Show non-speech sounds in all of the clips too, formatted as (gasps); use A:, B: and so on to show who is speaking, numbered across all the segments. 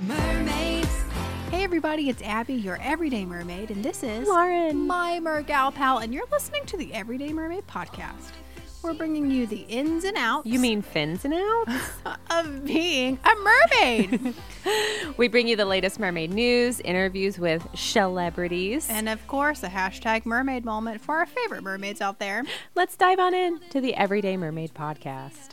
A: Mermaids. Hey everybody, it's Abby, your everyday mermaid, and this is
B: Lauren.
A: my Mergal pal, and you're listening to the Everyday Mermaid podcast. We're bringing you the ins and outs.
B: You mean fins and (gasps) outs?
A: (laughs) of being a mermaid, (laughs)
B: we bring you the latest mermaid news, interviews with celebrities.
A: and of course, a hashtag mermaid moment for our favorite mermaids out there.
B: let's dive on in to the Everyday Mermaid podcast.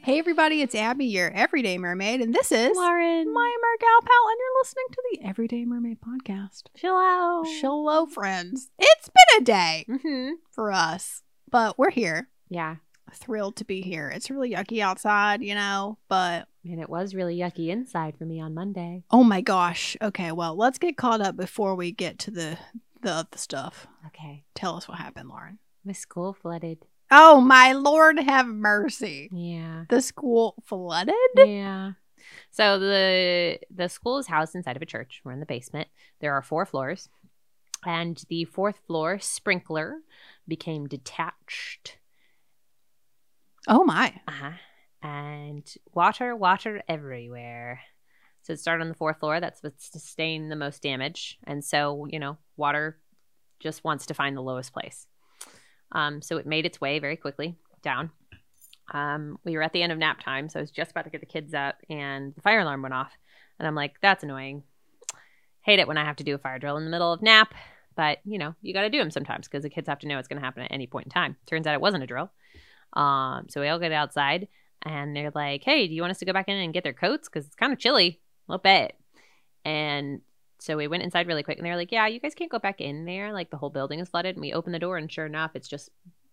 A: Hey everybody, it's Abby, your everyday mermaid, and this is
B: Lauren,
A: my Mergal pal, and you're listening to the Everyday Mermaid podcast.
B: chill out.
A: Hello, friends. It's been a day
B: hmm
A: for us, but we're here.
B: Yeah.
A: thrilled to be here. It's really yucky outside, you know, but
B: And it was really yucky inside for me on Monday.
A: oh my gosh. Okay, well, let's get caught up before we get to the the other stuff.
B: Okay.
A: Tell us what happened, Lauren.
B: My school flooded.
A: Oh my lord, have mercy.
B: Yeah.
A: The school flooded?
B: (laughs) Yeah. So the the school is housed inside of a church. We're in the basement. There are four floors. And the fourth floor sprinkler became detached
A: Oh my.
B: Uh-huh. And water, water everywhere. So it started on the fourth floor. That's what sustained the most damage. And so, you know, water just wants to find the lowest place. Um, so it made its way very quickly down. Um, we were at the end of nap time, so I was just about to get the kids up, and the fire alarm went off. And I'm like, that's annoying. Hate it when I have to do a fire drill in the middle of nap, but you know, you got to do them sometimes because the kids have to know what's going to happen at any point in time. Turns out it wasn't a drill. Um, so we all get outside and they're like, hey, do you want us to go back in and get their coats? Because it's kind of chilly. I'll bet. And so we went inside really quick and they're like, yeah, you guys can't go back in there. Like the whole building is flooded. And we open the door and sure enough, it's just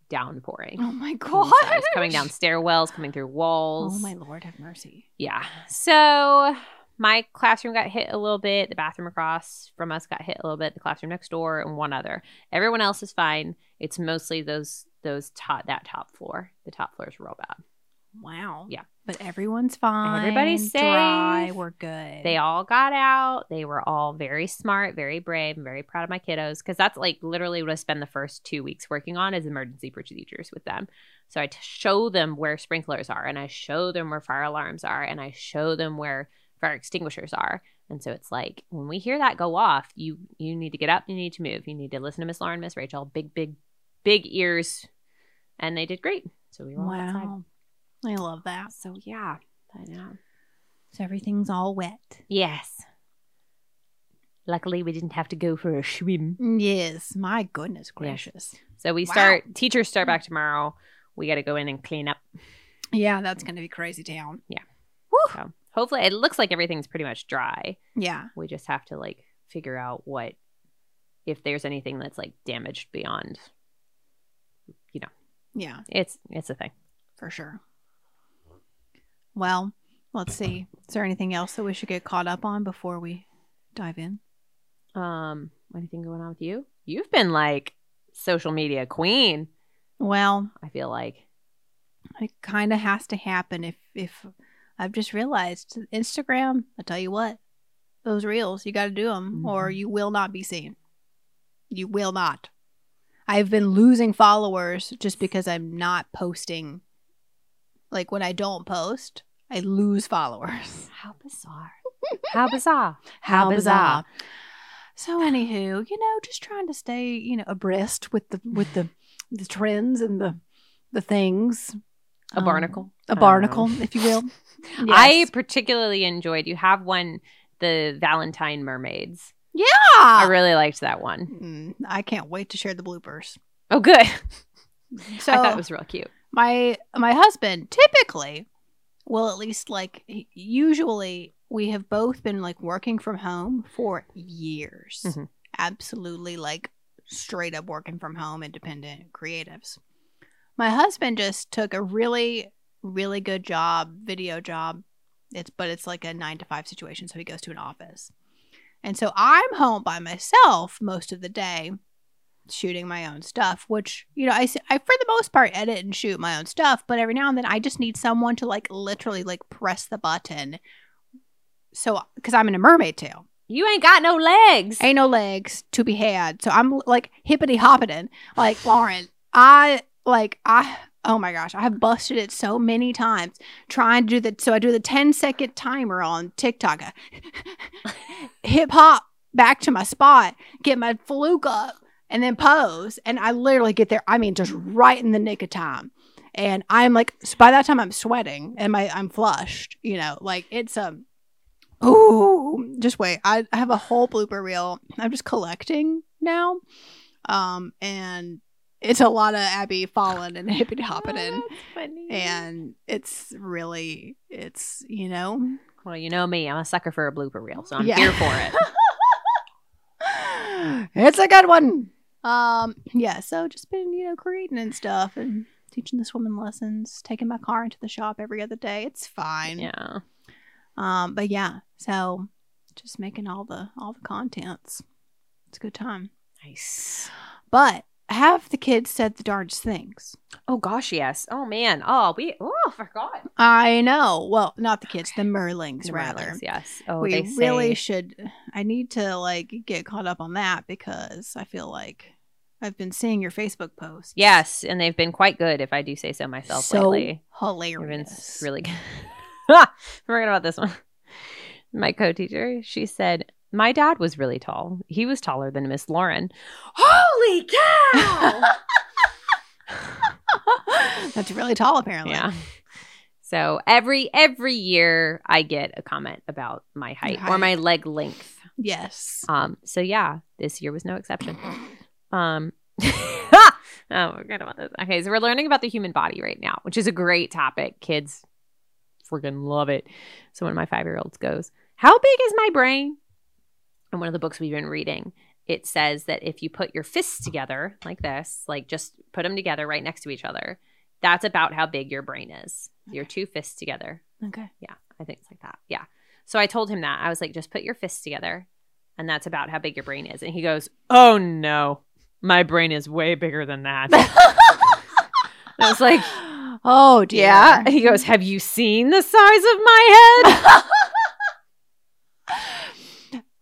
B: downpouring.
A: Oh
B: (laughs)
A: my
B: So
A: god.
B: It's coming down stairwells, coming through walls.
A: Oh my lord, have mercy.
B: Yeah. So my classroom got hit a little bit. The bathroom across from us got hit a little bit. The classroom next door and one other. Everyone else is fine. It's mostly those those top that top floor. The top floor is real bad.
A: Wow.
B: Yeah.
A: But everyone's fine.
B: Everybody's
A: dry.
B: safe.
A: We're good.
B: They all got out. They were all very smart, very brave. I'm very proud of my kiddos because that's like literally what I spend the first two weeks working on is emergency procedures with them. So I t- show them where sprinklers are, and I show them where fire alarms are, and I show them where fire extinguishers are. And so it's like when we hear that go off, you you need to get up, you need to move, you need to listen to Miss Lauren, Miss Rachel, big big big ears, and they did great. So we were all outside.
A: Wow. I love that.
B: So yeah, um, I know.
A: So everything's all wet.
B: Yes. Luckily, we didn't have to go for a swim.
A: Yes. My goodness gracious.
B: So we
A: Wow.
B: start, teachers start back tomorrow. We got to go in and clean up.
A: Yeah, that's going to be crazy town.
B: So hopefully, it looks like everything's pretty much dry.
A: Yeah.
B: We just have to like figure out what, if there's anything that's like damaged beyond.
A: Yeah,
B: It's, it's a thing.
A: for sure. Well, let's see. Is there anything else that we should get caught up on before we dive in?
B: Um, anything going on with you? You've been like social media queen,
A: Well,
B: I feel like.
A: it kind of has to happen if if I've just realized Instagram, I tell you what. Those reels, you got to do them or you will not be seen. You will not. I've been losing followers just because I'm not posting. Like when I don't post, I lose followers.
B: How bizarre. How bizarre.
A: (laughs) How
B: How
A: bizarre.
B: bizarre.
A: So anywho, you know, just trying to stay, you know, abreast with the with the the trends and the the things.
B: A
A: Um,
B: barnacle.
A: A
B: Um,
A: barnacle, if you
B: (laughs)
A: will.
B: I
A: Yes.
B: particularly enjoyed. You have one, the Valentine Mermaids.
A: Ah!
B: I really liked that one.
A: Mm, I can't wait to share the bloopers.
B: Oh, good. (laughs)
A: So
B: I thought it was real cute.
A: my my husband typically will at least like he- usually we have both been like working from home for years
B: Mhm.
A: absolutely like straight up working from home independent creatives my husband just took a really really good job video job it's but it's like a 9 to 5 situation so he goes to an office and so i'm home by myself most of the day shooting my own stuff, which, you know, I, s- I, for the most part edit and shoot my own stuff, but every now and then I just need someone to like literally like press the button. So, because I'm in a mermaid tail,
B: You ain't got no legs.
A: ain't no legs to be had. So I'm like hippity hopping, like Lauren. I like, I, Oh my gosh, I've busted it so many times trying to do the so I do the 10 second timer on TikTok. (laughs) Hip hop back to my spot, get my fluke up, and then pose. And I literally get there, I mean, just right in the nick of time. And I'm like, so by that time I'm sweating and my I'm flushed, you know, like it's a Ooh, just wait. I, I have a whole blooper reel. I'm just collecting now. Um, and it's a lot of Abby falling and (laughs) hippity hopping in.
B: Oh,
A: And it's really, it's, you know,
B: Well, you know me. I'm a sucker for a blooper reel, so I'm
A: Yeah.
B: here for it.
A: it's a good one. Um, yeah, so just been, you know, creating and stuff and teaching this woman lessons, taking my car into the shop every other day. It's (laughs) fine.
B: yeah.
A: Um, but yeah, so just making all the all the contents. It's a good time.
B: Nice.
A: But have the kids said the darndest things?
B: Oh gosh, yes. Oh man. Oh, we. Oh, forgot.
A: I know. Well, not the kids, the Merlings
B: The
A: rather.
B: Merlings, yes. Oh,
A: we
B: they
A: really
B: say,
A: should. I need to like get caught up on that because I feel like I've been seeing your Facebook posts.
B: yes, and they've been quite good, if I do say so myself.
A: so
B: lately. You've been
A: hilarious.
B: really good. (laughs) I forgot about this one. My co-teacher, she said, "My dad was really tall. He was taller than Miss Lauren." Holy cow! (laughs)
A: That's really tall, apparently.
B: yeah. So every every year, I get a comment about my height, or
A: height.
B: my leg length.
A: Yes.
B: Um. So yeah, this year was no exception. (laughs) Um. oh, forget about this. Okay, so we're learning about the human body right now, which is a great topic. Kids freaking love it. So one of my five year olds goes, How big is my brain? In one of the books we've been reading, it says that if you put your fists together like this, like just put them together right next to each other, that's about how big your brain is. Your two fists together.
A: Okay.
B: I think it's like that. Yeah. So I told him that. I was like, just put your fists together. And that's about how big your brain is. And he goes, Oh no, my brain is way bigger
A: (laughs)
B: than that. I was like,
A: oh dear.
B: Yeah. He goes, Have you seen the size of my head?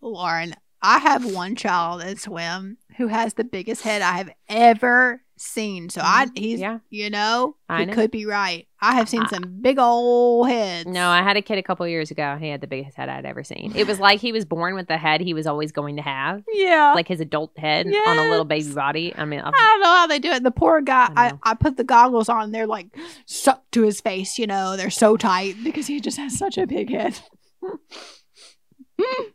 A: Lauren, I have one child at swim who has the biggest head I have ever seen. So I he's
B: Mm-hmm. yeah.
A: you know,
B: I
A: he
B: know.
A: could be right. I have seen
B: I-
A: some big old heads.
B: No, I had a kid a couple years ago. He had the biggest head I'd ever seen. It was like he was born with the head he was always going to have,
A: yeah.
B: like his adult head on a little baby
A: Yes.
B: body. I mean, I've-
A: I don't know how they do it. The poor guy,
B: I
A: I,
B: know.
A: I, put the goggles on. They're like sucked to his face, you know. They're so tight because he just has such a big head. (laughs)
B: Oh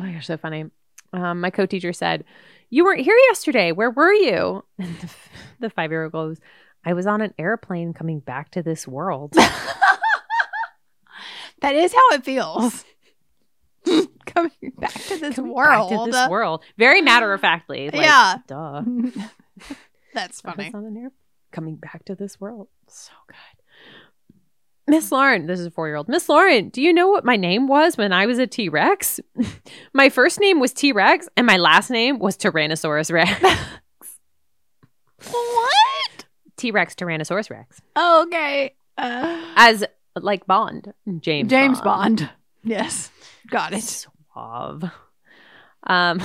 B: my gosh, so funny. Um, my co-teacher said, "You weren't here yesterday. Where were you?" (laughs) And the, f- the five-year-old goes, "I was on an airplane coming back to this world."
A: That is how it feels. (laughs) Coming back to this
B: (laughs) Coming
A: world.
B: back to
A: (laughs)
B: this world. Very matter of factly. Like,
A: yeah.
B: duh.
A: That's
B: I was
A: funny.
B: on an air- coming back to this world. So good. Miss
A: Hmm.
B: Lauren, this is a four-year-old. Miss Lauren, do you know what my name was when I was a T-Rex? (laughs) my first name was T-Rex, and my last name was Tyrannosaurus Rex. (laughs)
A: What?
B: T-Rex, Tyrannosaurus Rex.
A: Okay. Uh,
B: as like Bond, James
A: James Bond. Yes. Got it.
B: Suave. Um, (laughs) one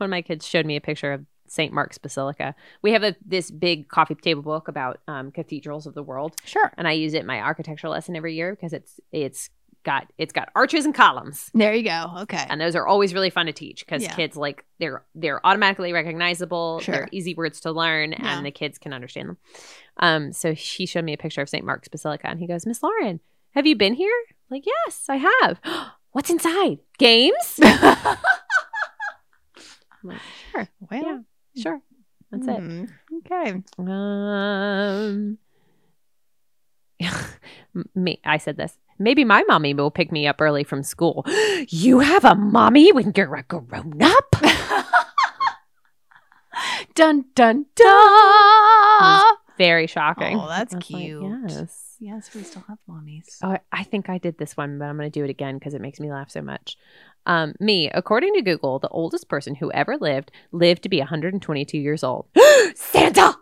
B: of my kids showed me a picture of St. Mark's Basilica. We have a this big coffee table book about um, cathedrals of the world,
A: Sure.
B: and I use it in my architecture lesson every year because it's it's got it's got arches and columns.
A: There you go. Okay.
B: And those are always really fun to teach because
A: Yeah.
B: kids like they're they're automatically recognizable.
A: Sure.
B: They're easy words to learn,
A: Yeah.
B: and the kids can understand them. Um, so she showed me a picture of St. Mark's Basilica, and he goes, "Miss Lauren, have you been here?" I'm like, yes, I have. (gasps) What's inside?
A: (laughs)
B: Games?
A: sure. Well,
B: Yeah. sure, that's it.
A: it. Okay.
B: Um, (laughs) m- me, I said this. Maybe my mommy will pick me up early from school. (gasps) you have a mommy when you're a grown
A: (laughs)
B: up.
A: Dun dun dun.
B: Very shocking.
A: Oh, that's
B: I was like,
A: cute.
B: yes.
A: Yes, we still have
B: (laughs)
A: mommies.
B: Oh, I- I think I did this one, but I'm going to do it again because it makes me laugh so much. Um, me, according to Google, the oldest person who ever lived lived to be 122 years old. (gasps) Santa!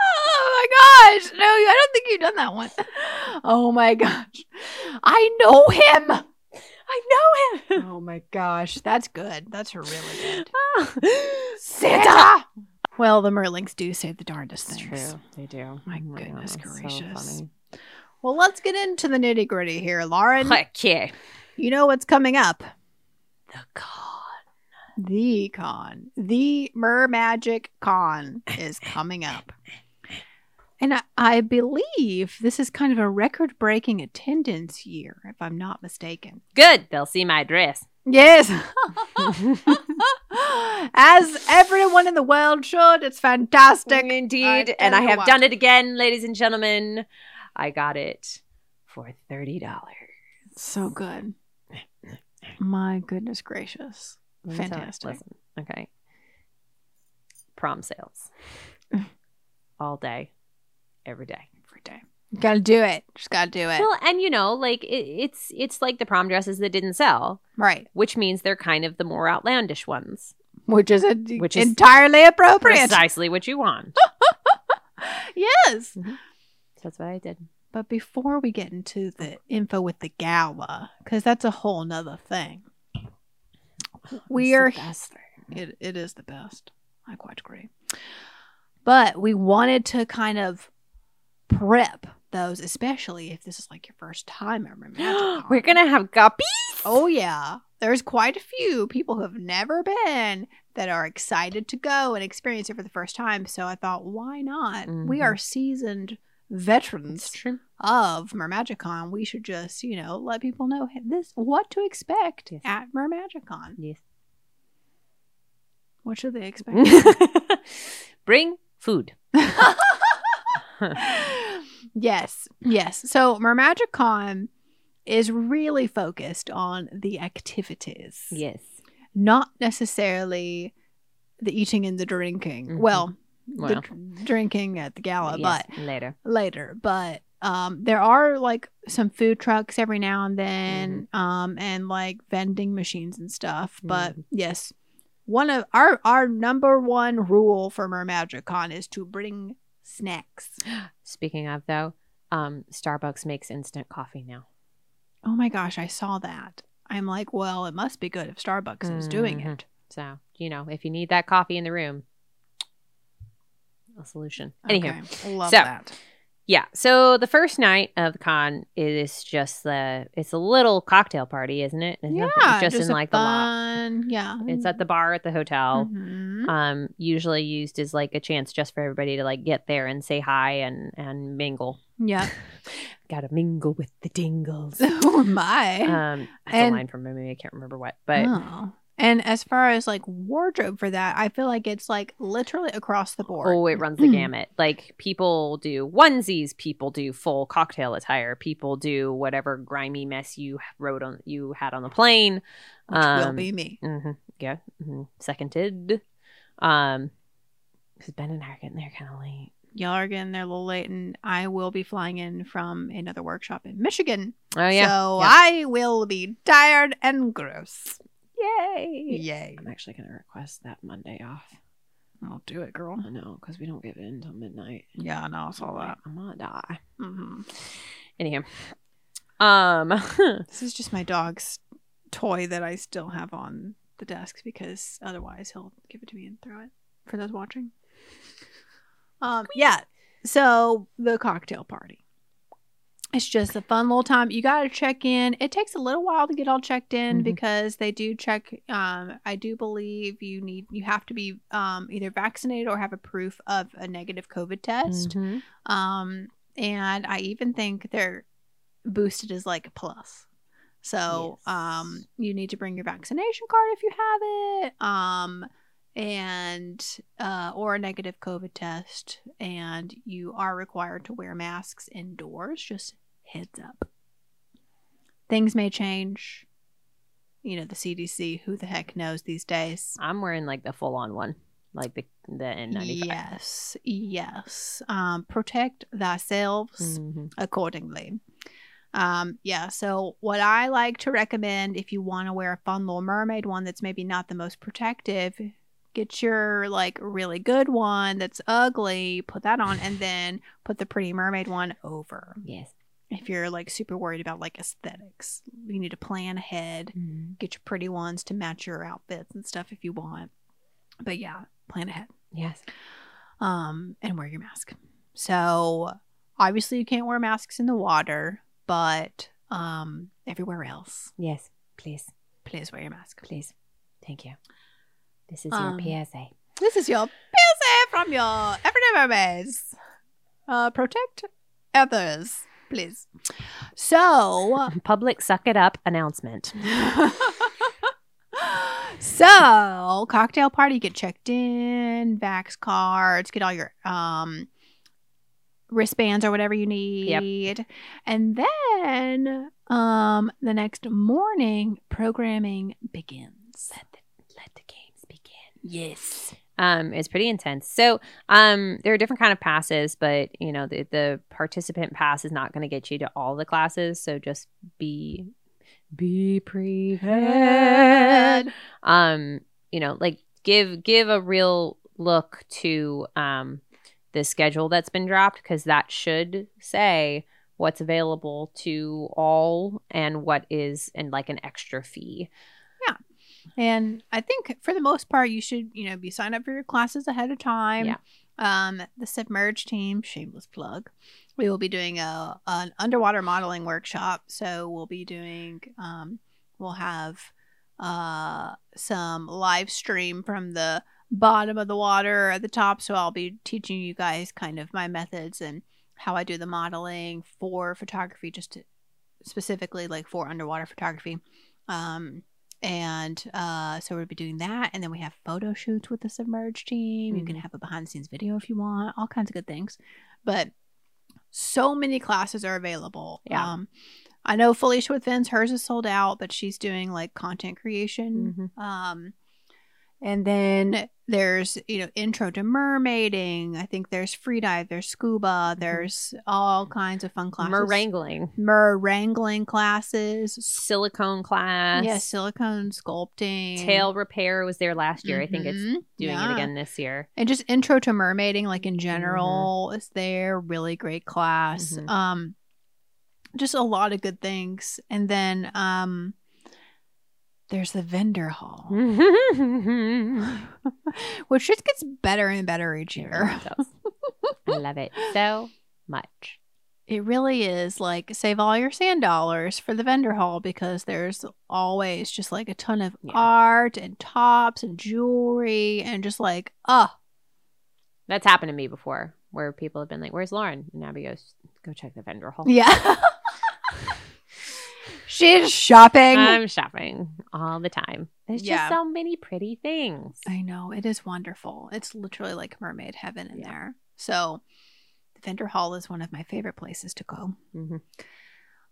A: Oh my gosh. No, I don't think you've done that one. Oh my gosh. I know him.
B: I know (laughs) him.
A: oh my gosh, that's good. That's really good.
B: Ah.
A: Santa. Well, the Merlings do say the darndest
B: It's
A: things.
B: true. They do.
A: My
B: Oh God,
A: goodness
B: that's so
A: gracious.
B: funny.
A: Well, let's get into the nitty gritty here, Lauren.
B: (laughs) Heck yeah.
A: You know what's coming up?
B: The God.
A: The con, the Mer Magic Con, is coming up. And I, I believe this is kind of a record breaking attendance year, if I'm not mistaken.
B: Good. They'll see my (laughs) dress.
A: (laughs)
B: Oh,
A: Yes. As everyone in the world should, it's fantastic.
B: Indeed.
A: I
B: and I
A: tell you
B: have
A: what.
B: done it again, ladies and gentlemen. I got it for $30.
A: So good. My goodness gracious.
B: Let me tell you,
A: Fantastic.
B: listen, okay. Prom sales. (laughs) All day. Every day.
A: Every day. Gotta do it. Just gotta do it.
B: Well, and you know, like it, it's it's like the prom dresses that didn't sell,
A: right.
B: which means they're kind of the more outlandish ones.
A: Which is, a,
B: Which is
A: entirely appropriate.
B: Precisely what you want.
A: Yes.
B: So (gasps) that's what I did.
A: But before we get into the info with the gala, because that's a whole nother thing. We are It, it is the best. I quite agree. But we wanted to kind of prep those, especially if this is like your first time ever.
B: (gasps)
A: Magic
B: We're
A: Con.
B: gonna have guppies.
A: Oh yeah, there's quite a few people who have never been that are excited to go and experience it for the first time. So I thought, why not? We
B: Mhm.
A: are seasoned veterans
B: true.
A: of Mermagicon. We should just, you know, let people know hey, this what to expect
B: Yes.
A: at Mermagicon.
B: (laughs) Yes.
A: What should they expect?
B: (laughs)
A: (laughs)
B: Bring food.
A: yes, yes. So Mermagicon is really focused on the activities,
B: yes.
A: not necessarily the eating and the drinking.
B: Mhm.
A: Well, the
B: Well.
A: dr- drinking at the gala,
B: Yes, later.
A: but later. But um, there are like some food trucks every now and then,
B: Mm-hmm.
A: um, and like vending machines and stuff. But yes. One of our our number one rule for Mermagicon is to bring snacks.
B: Speaking of though, um, Starbucks makes instant coffee now.
A: Oh my gosh, I saw that. I'm like, well, it must be good if Starbucks is doing
B: Mhm.
A: it.
B: So, you know, if you need that coffee in the room, a solution. Anywho.
A: Okay, love
B: so-
A: that.
B: Yeah. So the first night of the con is just the it's a little cocktail party, isn't it? It's
A: Yeah,
B: nothing- just, in
A: a
B: like
A: fun, yeah.
B: the lot. It's at the bar at the hotel. (laughs)
A: Mhm.
B: Um, usually used as like a chance just for everybody to like get there and say hi and and mingle.
A: yeah.
B: Gotta mingle with the dingles.
A: (laughs) oh my.
B: Um, that's
A: And-
B: a line from a movie. I can't remember what, but
A: Oh. And as far as like wardrobe for that, I feel like it's like literally across the board.
B: oh, it runs the
A: (clears throat)
B: gamut. Like people do onesies, people do full cocktail attire, people do whatever grimy mess you rode on you had on the plane.
A: Which will be me.
B: Mm-hmm. Yeah. mhm. Seconded. Um, because Ben and I are getting there kind of late.
A: Y'all are getting there a little late, and I will be flying in from another workshop in Michigan.
B: Oh yeah.
A: So
B: yeah.
A: I will be tired and gross.
B: Yay.
A: Yay.
C: I'm actually going to request that Monday off.
A: I'll do it, girl.
C: I know, because we don't get in until midnight.
A: Yeah, I know. I saw that.
C: I'm going to die.
A: hmm
B: Anyhow. Um. (laughs)
A: This is just my dog's toy that I still have on the desk because otherwise he'll give it to me and throw it for those watching. Um, yeah. So the cocktail party. It's just a fun little time. You got to check in. It takes a little while to get all checked in
B: Mhm.
A: because they do check. Um, I do believe you need you have to be um, either vaccinated or have a proof of a negative COVID test.
B: mhm.
A: Um, and I even think they're boosted as like a plus. So
B: Yes.
A: um, you need to bring your vaccination card if you have it, um, and uh, or a negative COVID test, and you are required to wear masks indoors. Just heads up. Things may change. You know the CDC. Who the heck knows these days?
B: I'm wearing like the full on one, like the the N95.
A: Yes, yes. Um, protect thyself
B: Mhm.
A: accordingly. Um, yeah, so what I like to recommend if you want to wear a fun little mermaid one that's maybe not the most protective, get your like really good one that's ugly, put that on, and then put the pretty mermaid one over.
B: Yes.
A: if you're like super worried about like aesthetics, you need to plan ahead, get your pretty ones to match your outfits and stuff if you want. But yeah, plan ahead
B: Yes.
A: um, and wear your mask. So obviously you can't wear masks in the water, but um, everywhere else,
B: Yes. Please.
A: please wear your mask.
B: Please. Thank you. This is
A: Um,
B: your PSA.
A: This is your PSA from your everyday mermaids. Uh, protect others, please. So,
B: Public suck it up announcement.
A: so cocktail party, get checked in, vax cards, get all your um wristbands or whatever you need. And then um the next morning programming begins.
B: Let the, let the games begin.
A: Yes.
B: Um, it's pretty intense. So, um, there are different kind of passes, but you know the the participant pass is not going to get you to all the classes. So just be be prepared. um you know like give give a real look to um the schedule that's been dropped because that should say what's available to all and what is and like an extra fee
A: And I think for the most part, you should, you know, be signed up for your classes ahead of time.
B: Yeah.
A: Um, the Submerge team, shameless plug, we will be doing a an underwater modeling workshop. So we'll be doing, um, we'll have uh, some live stream from the bottom of the water at the top. So I'll be teaching you guys kind of my methods and how I do the modeling for photography, just to, specifically like for underwater photography. Um, and uh, so we'll be doing that. And then we have photo shoots with the submerged team. You can have a behind the scenes video if you want, all kinds of good things. But so many classes are available.
B: Yeah.
A: Um, I know Felicia with Vince, hers is sold out, but she's doing like content creation.
B: Mm-hmm.
A: Um, and then there's, you know, intro to mermaiding. I think there's free dive, there's
B: Mm-hmm.
A: scuba, there's all kinds of fun classes.
B: merangling
A: Mer wrangling classes.
B: silicone class
A: Yeah, silicone sculpting.
B: tail repair was there last year i think it's
A: Mhm.
B: doing
A: Yeah.
B: it again this year
A: And just intro to mermaiding, like in general, is there. Really great class.
B: Mhm.
A: Um just a lot of good things. And then um there's the vendor hall. (laughs) Which just gets better and better each year.
B: i love it so much
A: It really is like save all your sand dollars for the vendor hall because there's always just like a ton of
B: Yeah.
A: art and tops and jewelry and just like, oh,
B: that's happened to me before where people have been like where's lauren and abby goes go check the vendor hall
A: Yeah. (laughs) She's shopping.
B: I'm shopping all the time. There's
A: Yeah.
B: just so many pretty things.
A: I know. It is wonderful. It's literally like mermaid heaven in
B: Yeah.
A: there. So, the vendor hall is one of my favorite places to go.
B: Mhm.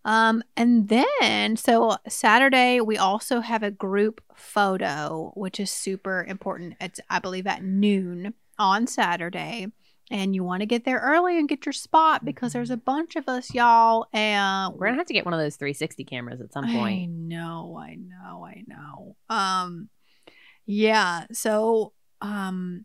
A: Um, and then, so Saturday, we also have a group photo, which is super important. It's, I believe, at noon on Saturday. And you want to get there early and get your spot because there's a bunch of us, y'all. And
B: We're gonna have to get one of those 360 cameras at some point.
A: I know, I know, I know. Um yeah, so um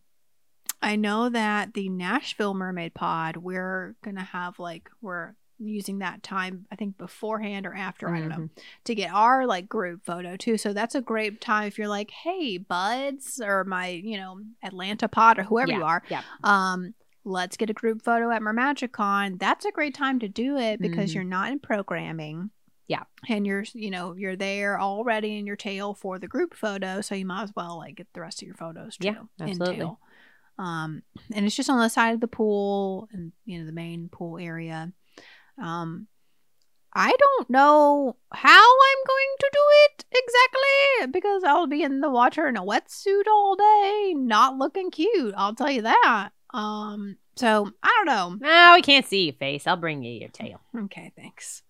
A: I know that the Nashville Mermaid Pod, we're gonna have like we're using that time I think beforehand or after, I don't
B: Mm-hmm.
A: know, to get our like group photo too. So that's a great time if you're like, hey, buds, or my, you know, Atlanta pod or whoever
B: Yeah,
A: you are,
B: Yeah.
A: um let's get a group photo at mermagicon that's a great time to do it because
B: Mhm.
A: you're not in programming
B: Yeah.
A: and you're you know you're there already in your tail for the group photo so you might as well like get the rest of your photos too
B: Yeah, absolutely.
A: in tail um and it's just on the side of the pool and you know the main pool area um I don't know how I'm going to do it exactly because I'll be in the water in a wetsuit all day, not looking cute. I'll tell you that. Um, so I don't
B: No, we can't see your face. I'll bring you your tail.
A: know. Okay, thanks.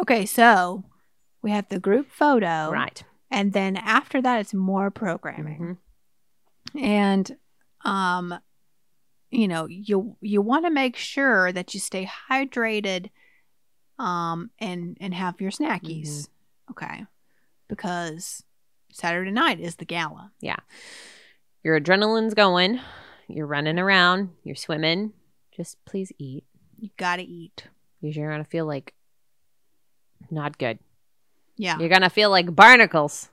A: Okay, so we have the group photo,
B: Right.
A: And then after that, it's more programming.
B: Mhm.
A: and um you know you you want to make sure that you stay hydrated um and and have your snackies
B: Mm-hmm.
A: okay because saturday night is the gala
B: Your adrenaline's going. You're running around. You're swimming. Just please eat
A: you gotta eat
B: because you're gonna feel like Not good.
A: Yeah.
B: You're gonna feel like barnacles.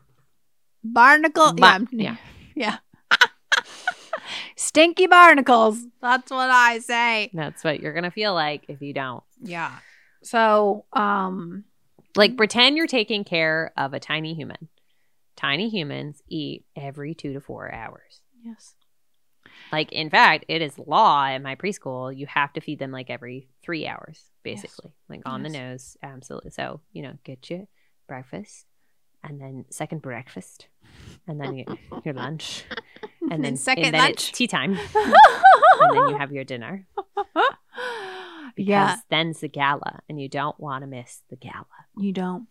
A: Barnacle.
B: Ba-
A: yeah. I'm-
B: yeah.
A: (laughs) Yeah. Stinky barnacles. That's what I say.
B: That's what you're gonna feel like if you don't.
A: Yeah. So, um,
B: Like pretend you're taking care of a tiny human. Tiny humans eat every two to four hours.
A: yes.
B: Like in fact, it is law in my preschool. You have to feed them like every three hours,
A: Yes.
B: basically, like on the nose. Absolutely. So you know, get your breakfast, and then second breakfast, and then your,
A: (laughs)
B: your lunch, and then
A: second
B: and then it's
A: lunch.
B: tea time, (laughs) and then you have your dinner. Because
A: (laughs) yeah.
B: then's the gala, and you don't want to miss the gala.
A: You don't.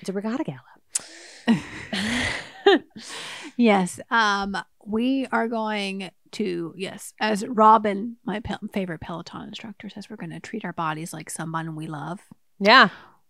B: It's a regatta
A: (laughs)
B: gala.
A: Yes. Um, we are going to, yes, as Robin, my pe- favorite Peloton instructor, says, we're going to treat our bodies like someone we love.
B: yeah.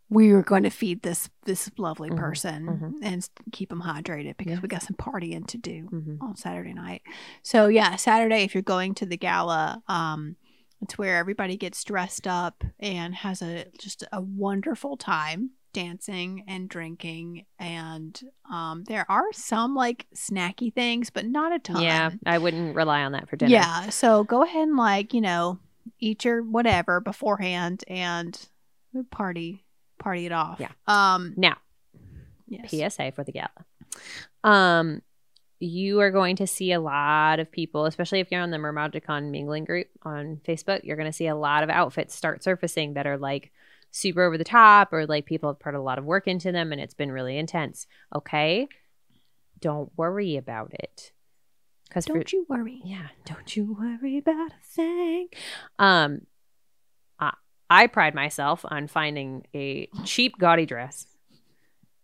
A: we were going to feed this this lovely
B: Mhm,
A: person
B: mhm.
A: and s- keep them hydrated because
B: Yeah.
A: we got some partying to do
B: hmm
A: on Saturday night. So yeah, Saturday if you're going to the gala, um, it's where everybody gets dressed up and has a just a wonderful time dancing and drinking and um, there are some like snacky things, but not a ton.
B: Yeah. I wouldn't rely on that for dinner.
A: Yeah. So go ahead and like, you know, eat your whatever beforehand and party party it off.
B: Yeah.
A: Um
B: Now,
A: yes.
B: PSA for the gala. Um, you are going to see a lot of people, especially if you're on the Mermagicon mingling group on Facebook. You're going to see a lot of outfits start surfacing that are like super over the top, or like people have put a lot of work into them and it's been really intense. Okay, don't worry about it. Because for,
A: Don't you worry.
B: yeah, don't you worry about a thing. Um, I, I pride myself on finding a cheap, gaudy dress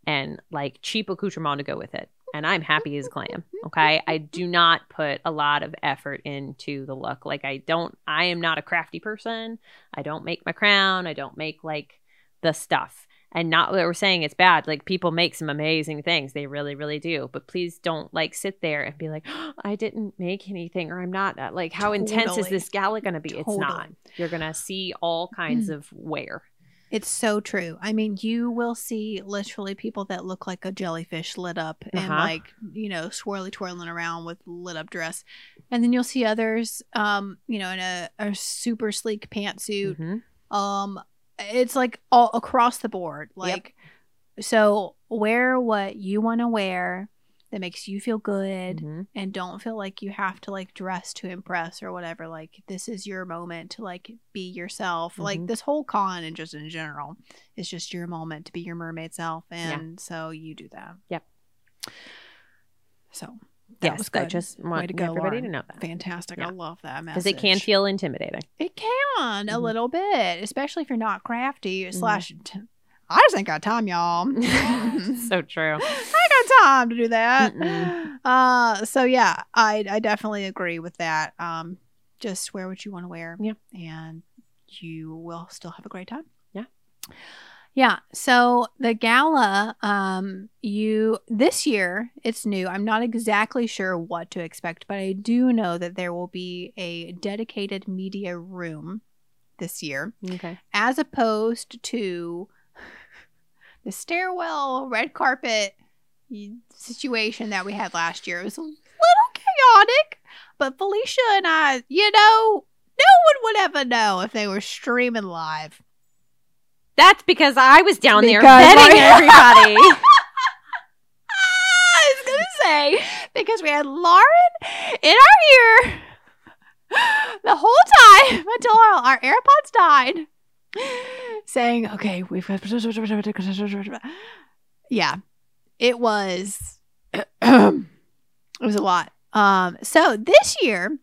B: and like cheap accoutrement to go with it. And I'm happy as a clam. Okay. I do not put a lot of effort into the look. Like, I don't, I am not a crafty person. I don't make my crown. I don't make like the stuff. And not that we're saying it's bad. Like, people make some amazing things. They really, really do. But please don't like sit there and be like, (gasps) I didn't make anything or I'm not that. Like, how intense is
A: Totally.
B: this gala going to be? It's not.
A: Totally. Mm-hmm.
B: You're going to see all kinds of wear.
A: It's so true. I mean, you will see literally people that look like a jellyfish lit up and
B: Uh-huh.
A: like, you know, swirly twirling around with lit up dress. And then you'll see others um, you know, in a, a super sleek pantsuit
B: Mhm.
A: Um, it's like all across the board. Like, so wear what you want to wear that makes you feel good,
B: Mhm.
A: and don't feel like you have to like dress to impress or whatever. Like, this is your moment to like be yourself. Like
B: Mhm.
A: this whole con and just in general, it's just your moment to be your mermaid self,
B: Yeah.
A: and so you do that.
B: Yep.
A: So that
B: Yes,
A: was
B: I
A: good.
B: just want
A: to go,
B: everybody
A: Lauren.
B: to know that
A: fantastic.
B: Yeah.
A: I love that
B: because it
A: message.
B: can feel intimidating. (laughs)
A: It can a
B: Mhm.
A: little bit, especially if you're not crafty.
B: Mhm.
A: Slash, t- I just ain't got time,
B: (laughs)
A: y'all. (laughs)
B: so true.
A: I
B: (laughs)
A: ain't got time to do that.
B: Mm-mm.
A: (gasps) Uh, so yeah, I I definitely agree with that. Um, just wear what you want to wear.
B: Yeah.
A: and you will still have a great time.
B: Yeah.
A: Yeah. So the gala, um, you this year it's new. I'm not exactly sure what to expect, but I do know that there will be a dedicated media room this year
B: Okay.
A: as opposed to the stairwell red carpet situation that we had last year. It was a little chaotic, but Felicia and I, you know, no one would ever know if they were streaming live.
B: That's because I was down there
A: Because
B: vetting
A: I- (laughs)
B: everybody.
A: Ah, I was gonna say because we had Lauren in our ear the whole time until our, our AirPods died, saying, "Okay, we've got." Yeah, it was. (clears throat) it was a lot. Um, so this year,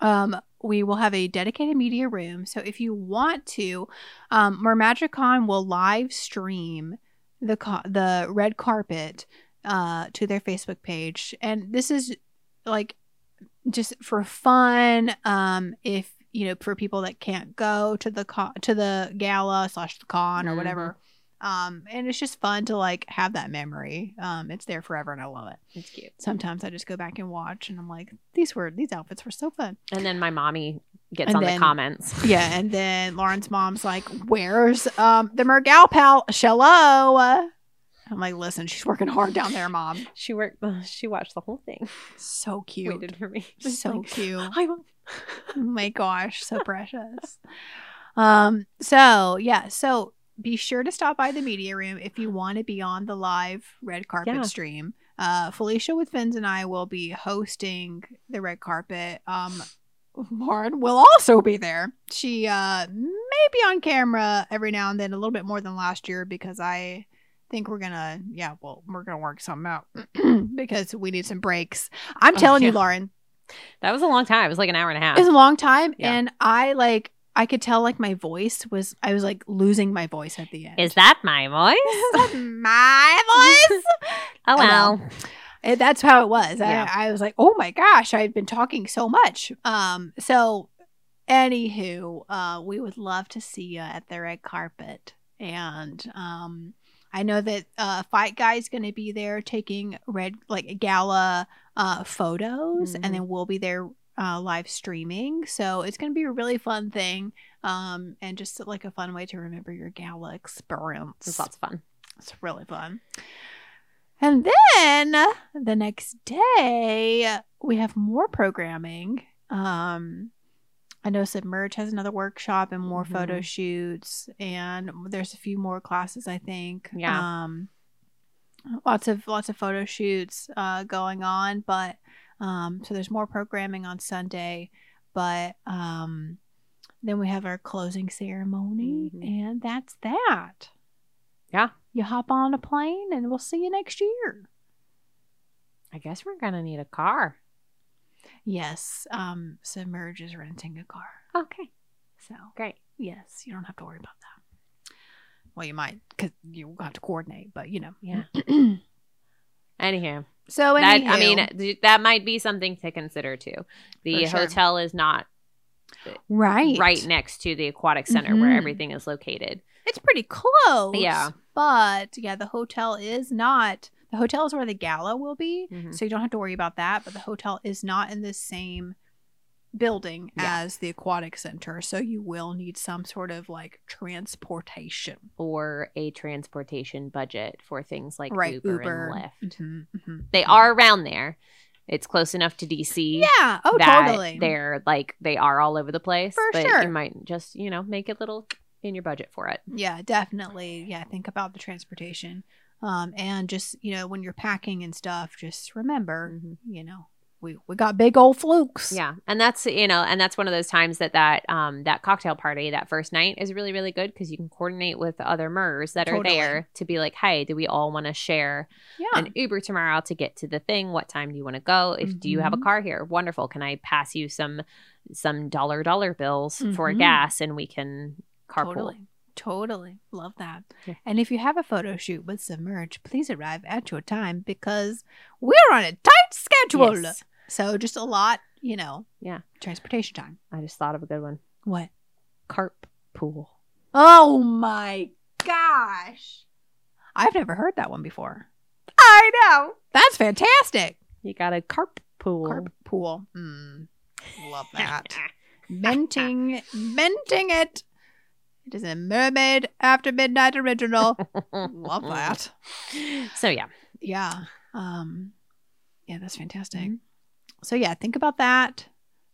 A: um, we will have a dedicated media room. So if you want to, um, Mermagicon will live stream the co- the red carpet uh, to their Facebook page, and this is like just for fun. Um, if you know, for people that can't go to the co- to the gala slash the con or
B: Mhm.
A: whatever, Um, and it's just fun to like have that memory. Um, it's there forever and I love it.
B: It's cute.
A: Sometimes I just go back and watch and I'm like, these were these outfits were so fun.
B: And then my mommy gets
A: And
B: on
A: then-
B: the comments.
A: Yeah, and then Lauren's mom's like, Where's um the Mergal pal? Shallow. I'm like, listen, she's working hard down there, mom.
B: She
A: (laughs)
B: worked. uh, She watched the whole thing.
A: So cute.
B: Waited for me. (laughs) Just
A: So
B: like,
A: cute.
B: Hi, mom.
A: Oh (laughs) my gosh, so precious. Um, so yeah, so be sure to stop by the media room if you want to be on the live red carpet
B: Yeah.
A: stream. Uh, Felicia with Fins and I will be hosting the red carpet. Um, Lauren will also be there. She uh may be on camera every now and then, a little bit more than last year because I think we're gonna yeah, well, we're gonna work something out (clears throat) because we need some breaks. I'm
B: Oh,
A: telling you,
B: yeah.
A: Lauren,
B: (laughs) That was a long time. It was like an hour and a half.
A: it was a long time
B: Yeah.
A: and i like i could tell like my voice was i was like losing my voice at the end
B: Is that my voice?
A: (laughs) Is that my voice
B: (laughs) Oh
A: well.
B: well.
A: And Eh, that's how it was
B: Yeah.
A: I, I was like oh my gosh i've been talking so much um so anywho uh we would love to see you at the red carpet and um i know that uh fight guy's gonna be there taking red like gala uh photos
B: Mhm.
A: and then we'll be there uh, live streaming so it's gonna be a really fun thing um and just like a fun way to remember your gala
B: It was
A: experience
B: lots of fun.
A: it's really fun. And then the next day, we have more programming. Um, I know Submerge has another workshop and more photo shoots, and there's a few more classes. I think.
B: Yeah.
A: Um, lots of lots of photo shoots uh, going on, but um, so there's more programming on Sunday, but um, then we have our closing ceremony,
C: Mhm.
A: and that's that you hop on a plane and we'll see you next year.
B: I guess we're gonna need a car.
A: Yes, um, Submerge is renting a car.
B: Okay.
A: So,
B: Great.
A: yes, you don't have to worry about that. Well, you might because you have to coordinate, but you know. (laughs)
B: (clears throat) Yeah. Anywho,
A: so,
B: that I
A: anywho,
B: mean, th- that might be something to consider too. The
A: For sure.
B: hotel is not
A: right.
B: right. next to the aquatic center where
A: Mhm.
B: everything is located.
A: It's pretty close.
B: Yeah.
A: But, yeah, the hotel is not. The hotel is where the gala will be.
B: Mm-hmm.
A: So, you don't have to worry about that. But the hotel is not in the same building
B: Yeah.
A: as the aquatic center. So, you will need some sort of like transportation.
B: Or a transportation budget for things like
A: Right,
B: Uber,
A: Uber.
B: and Lyft.
A: Mhm, mhm.
B: They are around there. It's close enough to DC.
A: Yeah. Oh,
B: that
A: totally.
B: They're like they are all over the place.
A: For
B: but
A: sure.
B: you might just, you know, make it little in your budget for it.
A: Yeah, definitely. Yeah, think about the transportation. Um, and just, you know, when you're packing and stuff, just remember, you know, we, we got big old flukes.
B: Mm-hmm. Yeah, and that's you know, and that's one of those times that that um that cocktail party that first night is really really good because you can coordinate with the other mers that
A: Totally.
B: are there to be like, hey, do we all want to share
A: Yeah.
B: an Uber tomorrow to get to the thing? What time do you want to go? If do you have a
A: Mhm.
B: car here? Wonderful. Can I pass you some some dollar dollar bills for
A: Mhm.
B: gas and we can carpool?
A: Totally. Totally. Love that.
B: Yeah.
A: And if you have a photo shoot with Submerge, please arrive at your time because we're on a tight schedule.
B: Yes.
A: So just a lot, you know,
B: Yeah.
A: transportation time.
B: I just thought of a good one.
A: What?
B: Carp pool.
A: Oh my gosh. I've never heard that one before. I know. That's fantastic.
B: You got a carp pool.
A: Carpool. Mm, love
B: (laughs)
A: that. (laughs) menting, menting it. It is a mermaid after midnight (laughs) original. love that.
B: So yeah,
A: Yeah. Um, yeah, that's fantastic.
B: Mm-hmm.
A: So yeah, think about that.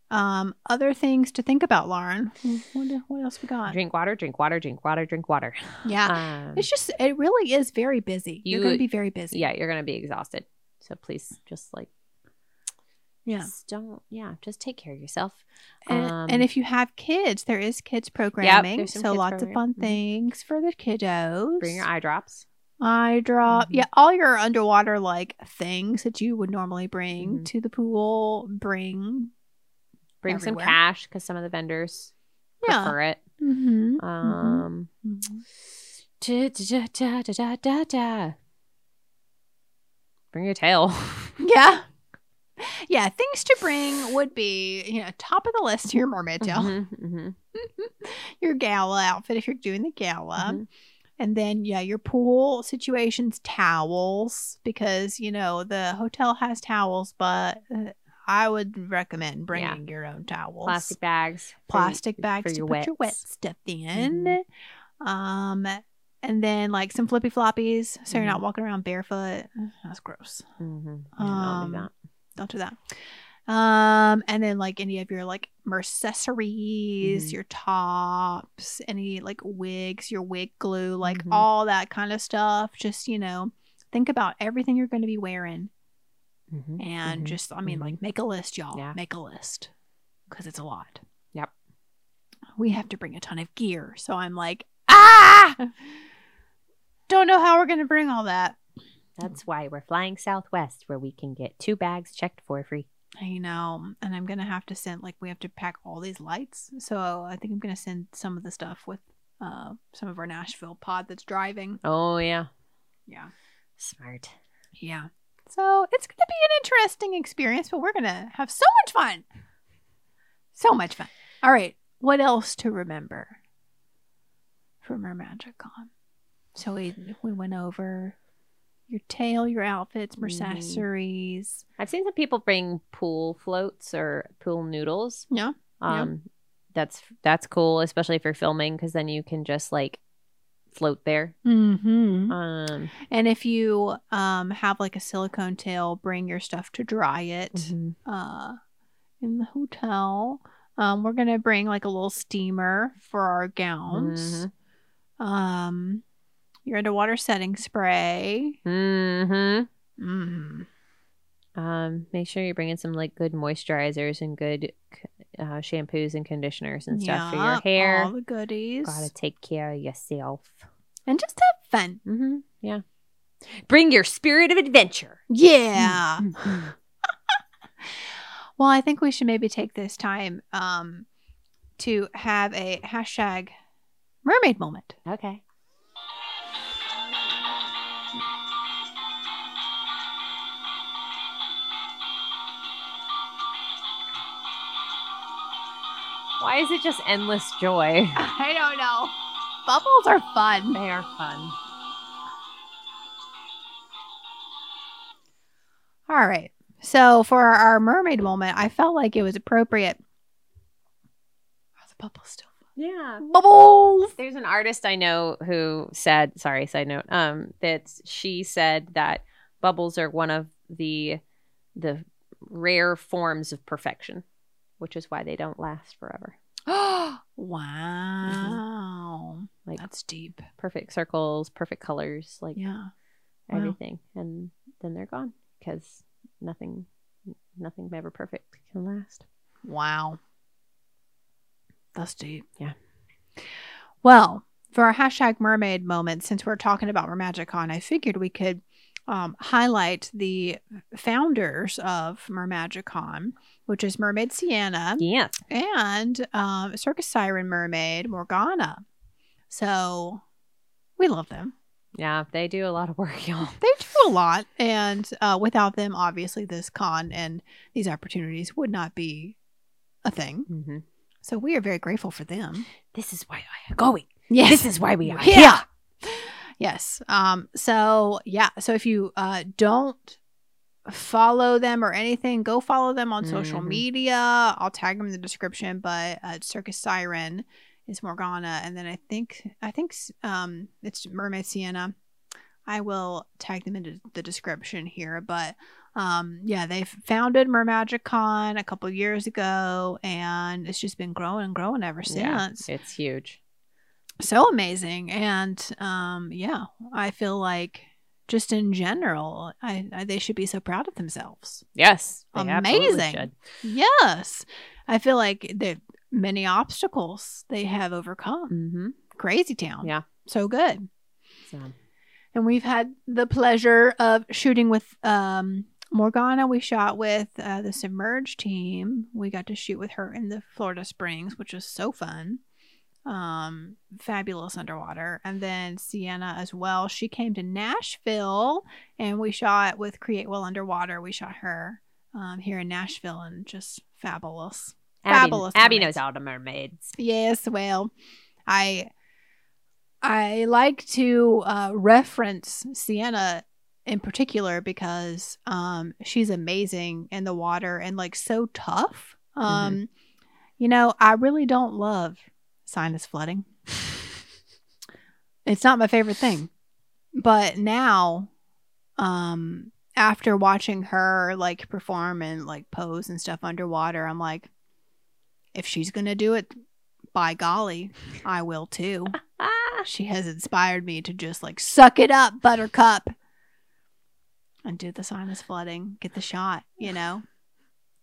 A: Um, other things to think about, Lauren. What, what else we got?
B: drink water, drink water, drink water, drink water.
A: Yeah.
B: Um,
A: It's just it really is very busy. You're
B: You-
A: going to be very busy.
B: yeah, you're gonna be exhausted. So please, just like,
A: Yeah.
B: just don't, yeah, just take care of yourself.
A: And,
B: Um,
A: and if you have kids, there is kids programming.
B: there's
A: so
B: some kids
A: lots of
B: program-
A: fun
B: mhm.
A: things for the kiddos.
B: Bring your eye drops.
A: eye drop.
B: Mhm.
A: Yeah, all your underwater like things that you would normally bring
B: Mhm.
A: to the pool, bring.
B: Bring
A: Everywhere.
B: some cash because some of the vendors
A: Yeah.
B: prefer it.
A: Mm-hmm.
B: Um,
A: Mhm.
B: da, da, da, da, da, da, da. Bring your tail.
A: Yeah. (laughs) Yeah, things to bring would be, you know, top of the list
B: (laughs) Mm-hmm.
A: your mermaid tail,
B: Mhm, mhm,
A: your gala outfit if you're doing the gala,
B: mhm.
A: And then, yeah, your pool situations, towels, because, you know, the hotel has towels, but uh, I would recommend bringing your own towels.
B: Plastic bags. for-
A: Plastic bags to
B: your
A: put your wet
B: wets. Mm-hmm.
A: stuff in. Um, and then, like, some flippy floppies so
B: Mm-hmm.
A: you're not walking around barefoot. That's gross.
B: Mhm. Yeah, I'll do
A: Um,
B: that.
A: Don't do that. Um, and then like any of your like accessories,
B: Mhm.
A: your tops, any like wigs, your wig glue, like
B: Mhm.
A: all that kind of stuff. Just you know, think about everything you're going to be wearing,
B: Mhm.
A: and
B: Mhm.
A: just I mean,
B: Mhm.
A: like make a list, y'all.
B: Yeah.
A: Make a list because it's a lot.
B: Yep.
A: We have to bring a ton of gear, so I'm like, ah, (laughs) don't know how we're going to bring all that.
B: That's why we're flying Southwest, where we can get two bags checked for free.
A: I know. And I'm going to have to send, like, we have to pack all these lights. So I think I'm going to send some of the stuff with uh, some of our Nashville pod that's driving.
B: Oh yeah,
A: Yeah.
B: smart.
A: Yeah. So it's going to be an interesting experience, but we're going to have so much fun. So much fun. All right. What else to remember from our Magic Con? So we, we went over your tail, your outfits, your
B: Mhm.
A: accessories.
B: I've seen some people bring pool floats or pool noodles.
A: Yeah. Yeah.
B: Um, that's that's cool, especially if you're filming, because then you can just like float there.
A: Mm-hmm.
B: Um,
A: And if you um, have like a silicone tail, bring your stuff to dry it
B: Mm-hmm.
A: uh, in the hotel. Um, we're gonna bring like a little steamer for our gowns.
B: mm-hmm.
A: Um, your underwater setting spray.
B: Mhm.
A: Mm.
B: Um, make sure you're bringing some like good moisturizers and good uh, shampoos and conditioners and stuff for your
A: Yeah,
B: hair.
A: All the goodies.
B: Gotta take care of yourself.
A: And just have fun.
B: Mm-hmm. Yeah. Bring your spirit of adventure.
A: Yeah.
B: Mm-hmm.
A: Well, I think we should maybe take this time um, to have a hashtag mermaid moment.
B: okay. Why is it just endless joy? (laughs)
A: I don't know. Bubbles are fun.
B: They are fun.
A: All right. So for our mermaid moment, I felt like it was appropriate. Are the bubbles still
B: Yeah.
A: bubbles? (gasps)
B: There's an artist I know who said, sorry, side note, um, that she said that bubbles are one of the the rare forms of perfection, which is why they don't last forever.
A: wow.
B: Like-
A: That's deep.
B: Perfect circles, perfect colors, like
A: Yeah. wow.
B: everything, and then they're gone because nothing, nothing ever perfect can last.
A: Wow. That's deep.
B: Yeah.
A: Well, for our hashtag mermaid moment, since we're talking about Mermagicon, I figured we could um, highlight the founders of Mermagicon, which is Mermaid Sienna.
B: Yes.
A: and um, circus siren mermaid Morgana. So we love them.
B: Yeah, they do a lot of work, (laughs) y'all.
A: They do a lot, and uh, without them, obviously, this con and these opportunities would not be a thing.
B: Mm-hmm.
A: So we are very grateful for them.
B: This is why I am going.
A: Yes,
B: This is why we are here.
A: Yeah. Yes. Um, so yeah. So if you uh, don't follow them or anything, go follow them on social
B: Mhm.
A: media. I'll tag them in the description. But uh, Circus Siren is Morgana, and then I think I think um, it's Mermaid Sienna. I will tag them into the description here, but um, yeah, they founded Mermagicon a couple years ago, and it's just been growing and growing ever since
B: Yeah. It's huge.
A: so amazing and um yeah i feel like just in general i, I they should be so proud of themselves
B: Yes. they absolutely
A: Amazing.
B: should.
A: yes i feel like the many obstacles they have overcome
B: Mm-hmm.
A: crazy town
B: Yeah.
A: so good
B: So.
A: and we've had the pleasure of shooting with um morgana we shot with uh, the submerge team we got to shoot with her in the florida springs which was so fun um fabulous underwater and then sienna as well she came to nashville and we shot with create well underwater we shot her um here in nashville and just fabulous
B: Abby,
A: Fabulous
B: Abby
A: mermaids.
B: knows all the mermaids.
A: yes well i I like to uh, reference Sienna in particular because um, she's amazing in the water and like so tough. Um, You know, I really don't love sinus flooding. it's not my favorite thing, but now, um, after watching her like perform and like pose and stuff underwater, I'm like, if she's gonna do it, by golly, I will too
B: Ah,
A: she has inspired me to just like suck it up, buttercup. And do the sinus flooding, get the shot, you know?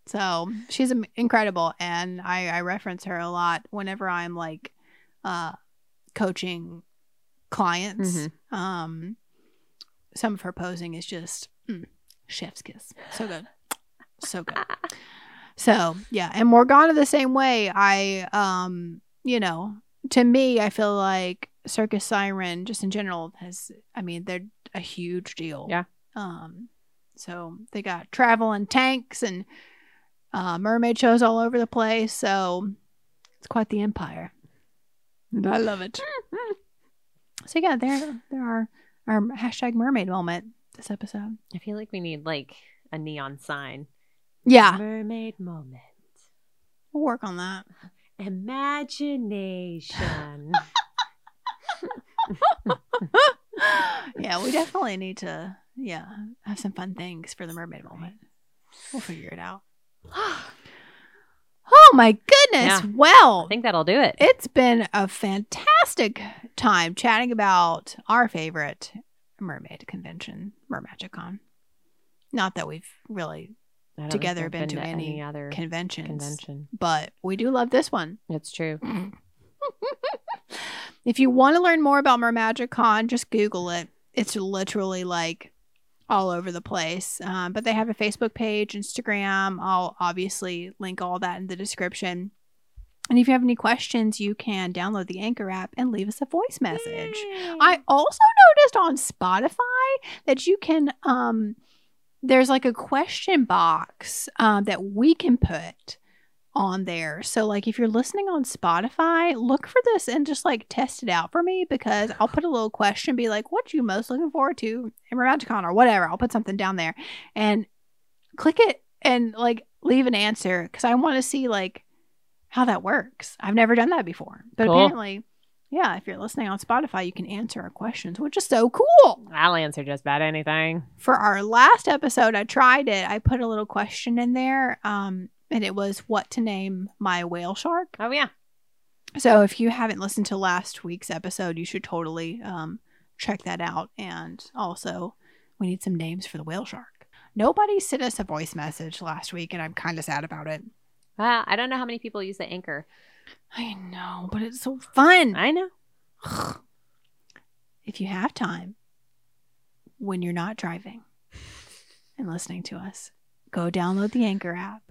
A: So she's am- incredible. And I, I reference her a lot whenever I'm like uh, coaching clients. Um, some of her posing is just mm, chef's kiss. So good. So good. So yeah. And Morgana, the same way. I, um, you know, to me, I feel like Circus Siren, just in general, has I mean, they're a huge deal.
B: Yeah.
A: Um, so they got travel and tanks and uh, mermaid shows all over the place. So it's quite the empire, and I love it. so yeah, there there are our hashtag mermaid moment this episode.
B: I feel like we need like a neon sign.
A: Yeah,
B: Mermaid moment.
A: we'll work on that. (gasps) (laughs)
B: Imagination.
A: yeah, we definitely need to yeah have some fun things for the mermaid moment. We'll figure it out. Oh my goodness.
B: Yeah. I
A: Well,
B: think that'll do it.
A: it's been a fantastic time chatting about our favorite mermaid convention, Mermagicon. Not that we've really
B: I don't think
A: together
B: I've
A: been to any
B: other
A: conventions,
B: convention.
A: but we do love this one.
B: It's true.
A: (laughs) if you want to learn more about Mermagicon, just Google it. It's literally like all over the place. Um, but they have a Facebook page, Instagram. I'll obviously link all that in the description. And if you have any questions, you can download the Anchor app and leave us a voice message. I also noticed on Spotify that you can um there's like a question box um, that we can put on there. So like if you're listening on Spotify, look for this and just like test it out for me because I'll put a little question, be like, what you most looking forward to in Romanticon or whatever. I'll put something down there and click it and like leave an answer because I want to see like how that works. I've never done that before. But
B: Cool.
A: apparently yeah, if you're listening on Spotify, you can answer our questions, which is so cool.
B: I'll answer just about anything.
A: For our last episode, I tried it. I put a little question in there, um, and it was what to name my whale shark.
B: Oh yeah.
A: So if you haven't listened to last week's episode, you should totally um, check that out. And also, we need some names for the whale shark. Nobody sent us a voice message last week, and I'm kind of sad about it.
B: Well, I don't know how many people use the anchor.
A: I know, but it's so fun.
B: I know.
A: (sighs) if you have time when you're not driving and listening to us, go download the Anchor app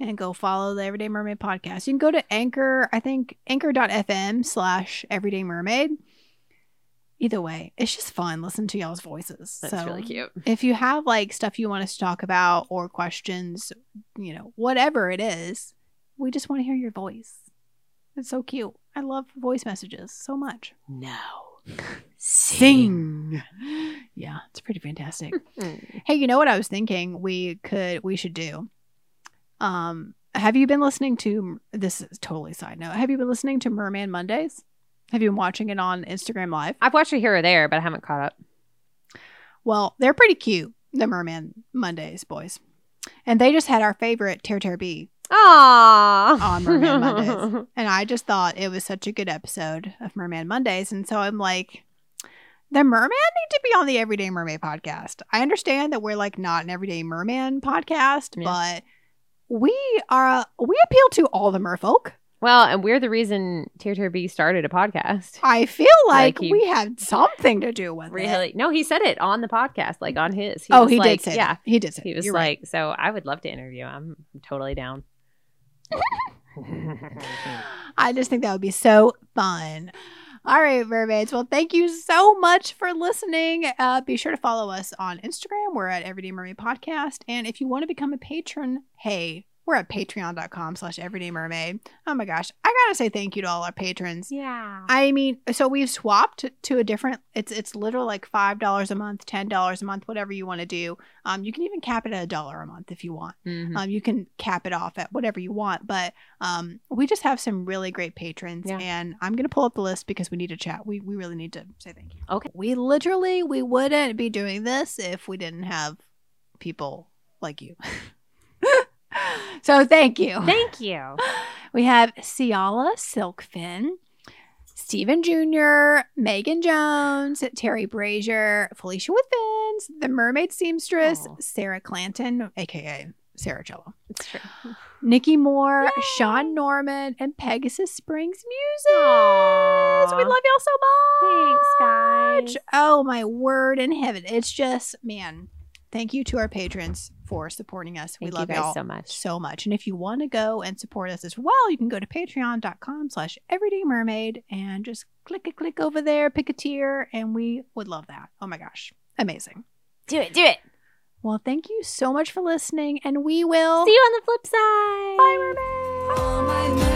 A: and go follow the Everyday Mermaid podcast. You can go to Anchor, I think anchor.fm slash Everyday Mermaid. Either way, it's just fun listening to y'all's voices.
B: That's
A: so
B: really cute.
A: if you have like stuff you want us to talk about or questions, you know, whatever it is, we just want to hear your voice. It's so cute. I love voice messages so much
B: No.
A: sing. (gasps) Yeah, it's pretty fantastic.
B: (laughs)
A: hey, you know what I was thinking? We could, we should do. Um, have you been listening to? This is totally side note. Have you been listening to Merman Mondays? Have you been watching it on Instagram Live?
B: (laughs) I've watched it here or there, but I haven't caught up.
A: Well, they're pretty cute, the Merman Mondays boys, and they just had our favorite Tear Tear B,
B: Aww.
A: On Mermaid
B: (laughs)
A: Mondays. and I just thought it was such a good episode of Merman Mondays, and so I'm like. the merman need to be on the everyday mermaid podcast i understand that we're like not an everyday merman podcast
B: Yeah.
A: but we are we appeal to all the merfolk
B: well, and we're the reason Tier Tier B started a podcast.
A: i feel like
B: Like he-
A: we had something to do with it
B: Really? No, he said it on the podcast, like on his. He
A: oh
B: was
A: he
B: like-
A: did say
B: Yeah.
A: yeah he did say
B: He
A: that.
B: was
A: You're right.
B: like, so I would love to interview him. I'm
A: (laughs)
B: totally down.
A: I just think that would be so fun. All right, mermaids. Well, thank you so much for listening. Uh, be sure to follow us on Instagram. We're at Everyday Mermaid Podcast. And if you want to become a patron, hey, We're at patreon.com slash everyday mermaid. Oh my gosh. I gotta say thank you to all our patrons.
B: Yeah.
A: I mean, so we've swapped to a different. It's it's literal like five dollars a month, ten dollars a month, whatever you want to do. Um, you can even cap it at a dollar a month if you want.
B: Mhm.
A: Um, you can cap it off at whatever you want. But um, we just have some really great patrons,
B: Yeah.
A: and I'm gonna pull up the list because we need to chat. We we really need to say thank you.
B: Okay.
A: We literally we wouldn't be doing this if we didn't have people like you. (laughs) so thank you.
B: Thank you.
A: We have Ciala Silkfin, Stephen Jr., Megan Jones, Terry Brazier, Felicia Withins, the Mermaid Seamstress,
C: Oh.
A: Sarah Clanton, aka Sarah Cello,
B: It's true.
A: Nikki Moore,
B: Yay.
A: Sean Norman, and Pegasus Springs Music.
B: Aw.
A: We love y'all so much.
B: Thanks, guys.
A: Oh my word in heaven. It's just, man, thank you to our patrons for supporting us. we
B: Thank
A: love
B: you
A: all
B: guys so much.
A: so much. And if you want to go and support us as well, you can go to patreon.com slash everyday mermaid and just click a click over there, pick a tier, and we would love that. Oh my gosh. Amazing.
B: Do it. Do it.
A: Well, thank you so much for listening, and we will
B: See you on the flip side.
A: Bye, mermaid.
D: All my